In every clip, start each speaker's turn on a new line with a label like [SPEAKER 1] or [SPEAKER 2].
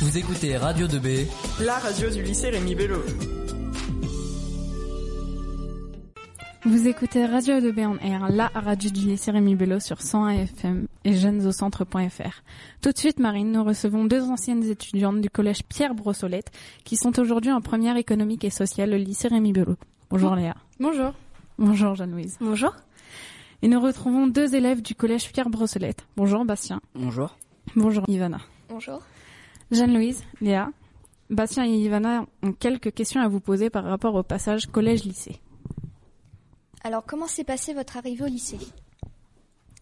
[SPEAKER 1] Vous écoutez Radio 2B.
[SPEAKER 2] La radio du lycée Rémi Bello.
[SPEAKER 3] Vous écoutez Radio 2B en air, la radio du lycée Rémi Bello sur 101 FM et jeunesaucentre.fr. Tout de suite, Marine, nous recevons deux anciennes étudiantes du collège Pierre Brossolette qui sont aujourd'hui en première économique et sociale au lycée Rémi Bello. Bonjour Léa.
[SPEAKER 4] Bonjour.
[SPEAKER 3] Bonjour Jeanne-Louise.
[SPEAKER 4] Bonjour.
[SPEAKER 3] Et nous retrouvons deux élèves du collège Pierre Brossolette. Bonjour Bastien.
[SPEAKER 5] Bonjour.
[SPEAKER 3] Bonjour Ivana.
[SPEAKER 4] Bonjour.
[SPEAKER 3] Jeanne-Louise, Léa, Bastien et Ivana ont quelques questions à vous poser par rapport au passage collège-lycée.
[SPEAKER 6] Alors, comment s'est passée votre arrivée au lycée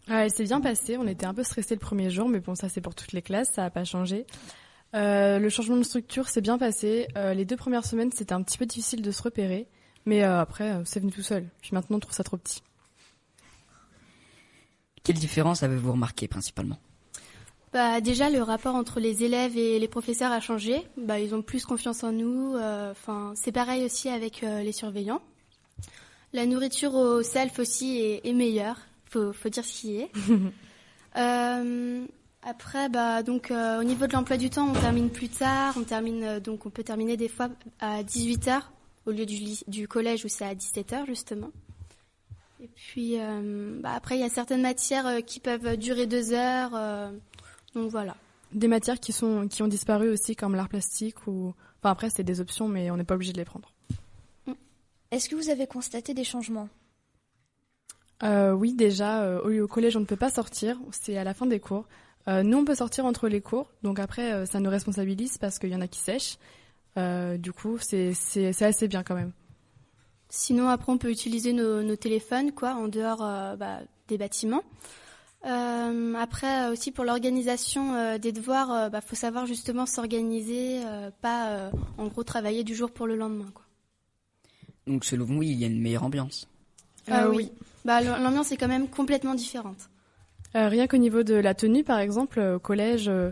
[SPEAKER 4] Ah, elle s'est bien passée. On était un peu stressés le premier jour, mais bon, ça c'est pour toutes les classes, ça n'a pas changé. Euh, le changement de structure s'est bien passé. Euh, les deux premières semaines, c'était un petit peu difficile de se repérer, mais euh, après, euh, c'est venu tout seul. Puis maintenant, on trouve ça trop petit.
[SPEAKER 5] Quelle différence avez-vous remarqué principalement
[SPEAKER 7] Bah, déjà, le rapport entre les élèves et les professeurs a changé. Bah, ils ont plus confiance en nous. euh, Enfin, c'est pareil aussi avec euh, les surveillants. La nourriture au self aussi est, est meilleure. Faut, faut dire ce qui est. Euh, après, bah, donc, euh, au niveau de l'emploi du temps, on termine plus tard. On termine, euh, donc, on peut terminer des fois à 18h au lieu du, lyc- du collège où c'est à 17h, justement. Et puis, euh, bah, après, il y a certaines matières euh, qui peuvent durer deux heures. euh, donc voilà.
[SPEAKER 4] Des matières qui, sont, qui ont disparu aussi, comme l'art plastique ou. Enfin, après, c'était des options, mais on n'est pas obligé de les prendre.
[SPEAKER 6] Est-ce que vous avez constaté des changements
[SPEAKER 4] Euh, oui, déjà, euh, au, au collège, on ne peut pas sortir. C'est à la fin des cours. Euh, nous, on peut sortir entre les cours. Donc après, euh, ça nous responsabilise parce qu'il y en a qui sèchent. Euh, du coup, c'est c'est- c'est assez bien quand même.
[SPEAKER 7] Sinon, après, on peut utiliser nos, nos téléphones, quoi, en dehors euh, bah, des bâtiments. Euh, après, euh, aussi pour l'organisation euh, des devoirs, euh, bah, faut savoir justement s'organiser, euh, pas euh, en gros travailler du jour pour le lendemain, quoi.
[SPEAKER 5] Donc selon vous, il y a une meilleure ambiance.
[SPEAKER 4] Euh,
[SPEAKER 7] Bah, l- l'ambiance est quand même complètement différente.
[SPEAKER 4] Euh, rien qu'au niveau de la tenue, par exemple, euh, au collège, euh,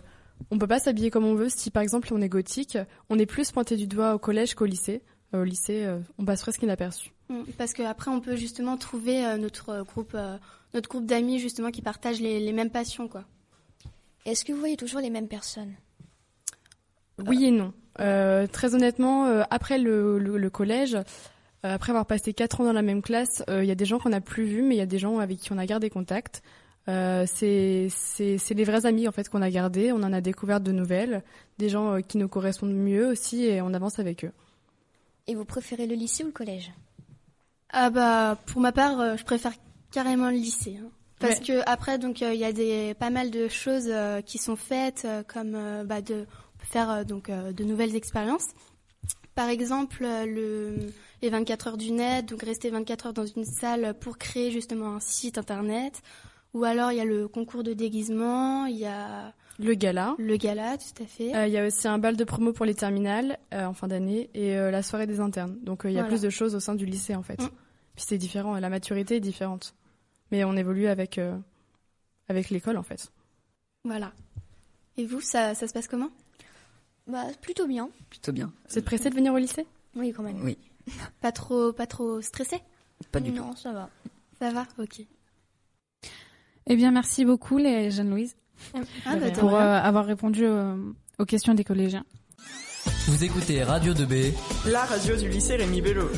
[SPEAKER 4] on peut pas s'habiller comme on veut. Si par exemple on est gothique, on est plus pointé du doigt au collège qu'au lycée. Euh, au lycée, euh, on passe presque inaperçu.
[SPEAKER 7] Mm. Parce qu'après, on peut justement trouver euh, notre euh, groupe, euh, notre groupe d'amis justement qui partagent les, les mêmes passions, quoi.
[SPEAKER 6] Est-ce que vous voyez toujours les mêmes personnes
[SPEAKER 4] Oui et non. Euh, très honnêtement, euh, après le, le- le collège, euh, après avoir passé quatre ans dans la même classe, euh, il y a des gens qu'on n'a plus vus, mais il y a des gens avec qui on a gardé contact. Euh, c'est c'est- c'est les vrais amis en fait qu'on a gardés. On en a découvert de nouvelles, des gens euh, qui nous correspondent mieux aussi, et on avance avec eux.
[SPEAKER 6] Et vous préférez le lycée ou le collège
[SPEAKER 7] Ah bah pour ma part, euh, je préfère carrément le lycée. hein. Parce
[SPEAKER 4] Ouais.
[SPEAKER 7] que après donc euh, il y a des pas mal de choses euh, qui sont faites euh, comme euh, bah de on peut faire euh, donc euh, de nouvelles expériences. Par exemple euh, le les 24 heures du net, donc rester 24 heures dans une salle pour créer justement un site internet ou alors il y a le concours de déguisement, il y a
[SPEAKER 4] Le gala.
[SPEAKER 7] le gala tout à fait.
[SPEAKER 4] Euh, Il y a aussi un bal de promo pour les terminales euh, en fin d'année et euh, la soirée des internes. Donc euh, il y a
[SPEAKER 7] Voilà.
[SPEAKER 4] plus de choses au sein du lycée en fait.
[SPEAKER 7] Mm.
[SPEAKER 4] Puis c'est différent, la maturité est différente. Mais on évolue avec, euh, avec l'école en fait.
[SPEAKER 7] Voilà. Et vous ça ça se passe comment
[SPEAKER 6] Bah, plutôt bien.
[SPEAKER 5] Plutôt bien.
[SPEAKER 4] Vous êtes pressé de venir au lycée
[SPEAKER 6] Oui, quand même.
[SPEAKER 5] Oui,
[SPEAKER 7] Pas trop pas trop stressé
[SPEAKER 5] pas du tout.
[SPEAKER 6] non, ça va.
[SPEAKER 7] Ça va OK.
[SPEAKER 3] Eh bien, merci beaucoup, les Jeanne-Louise,
[SPEAKER 7] Ah, bah, de
[SPEAKER 3] pour
[SPEAKER 7] rien.
[SPEAKER 3] euh, avoir répondu euh, aux questions des collégiens.
[SPEAKER 1] Vous écoutez Radio 2B.
[SPEAKER 2] La radio du lycée Rémi Bello.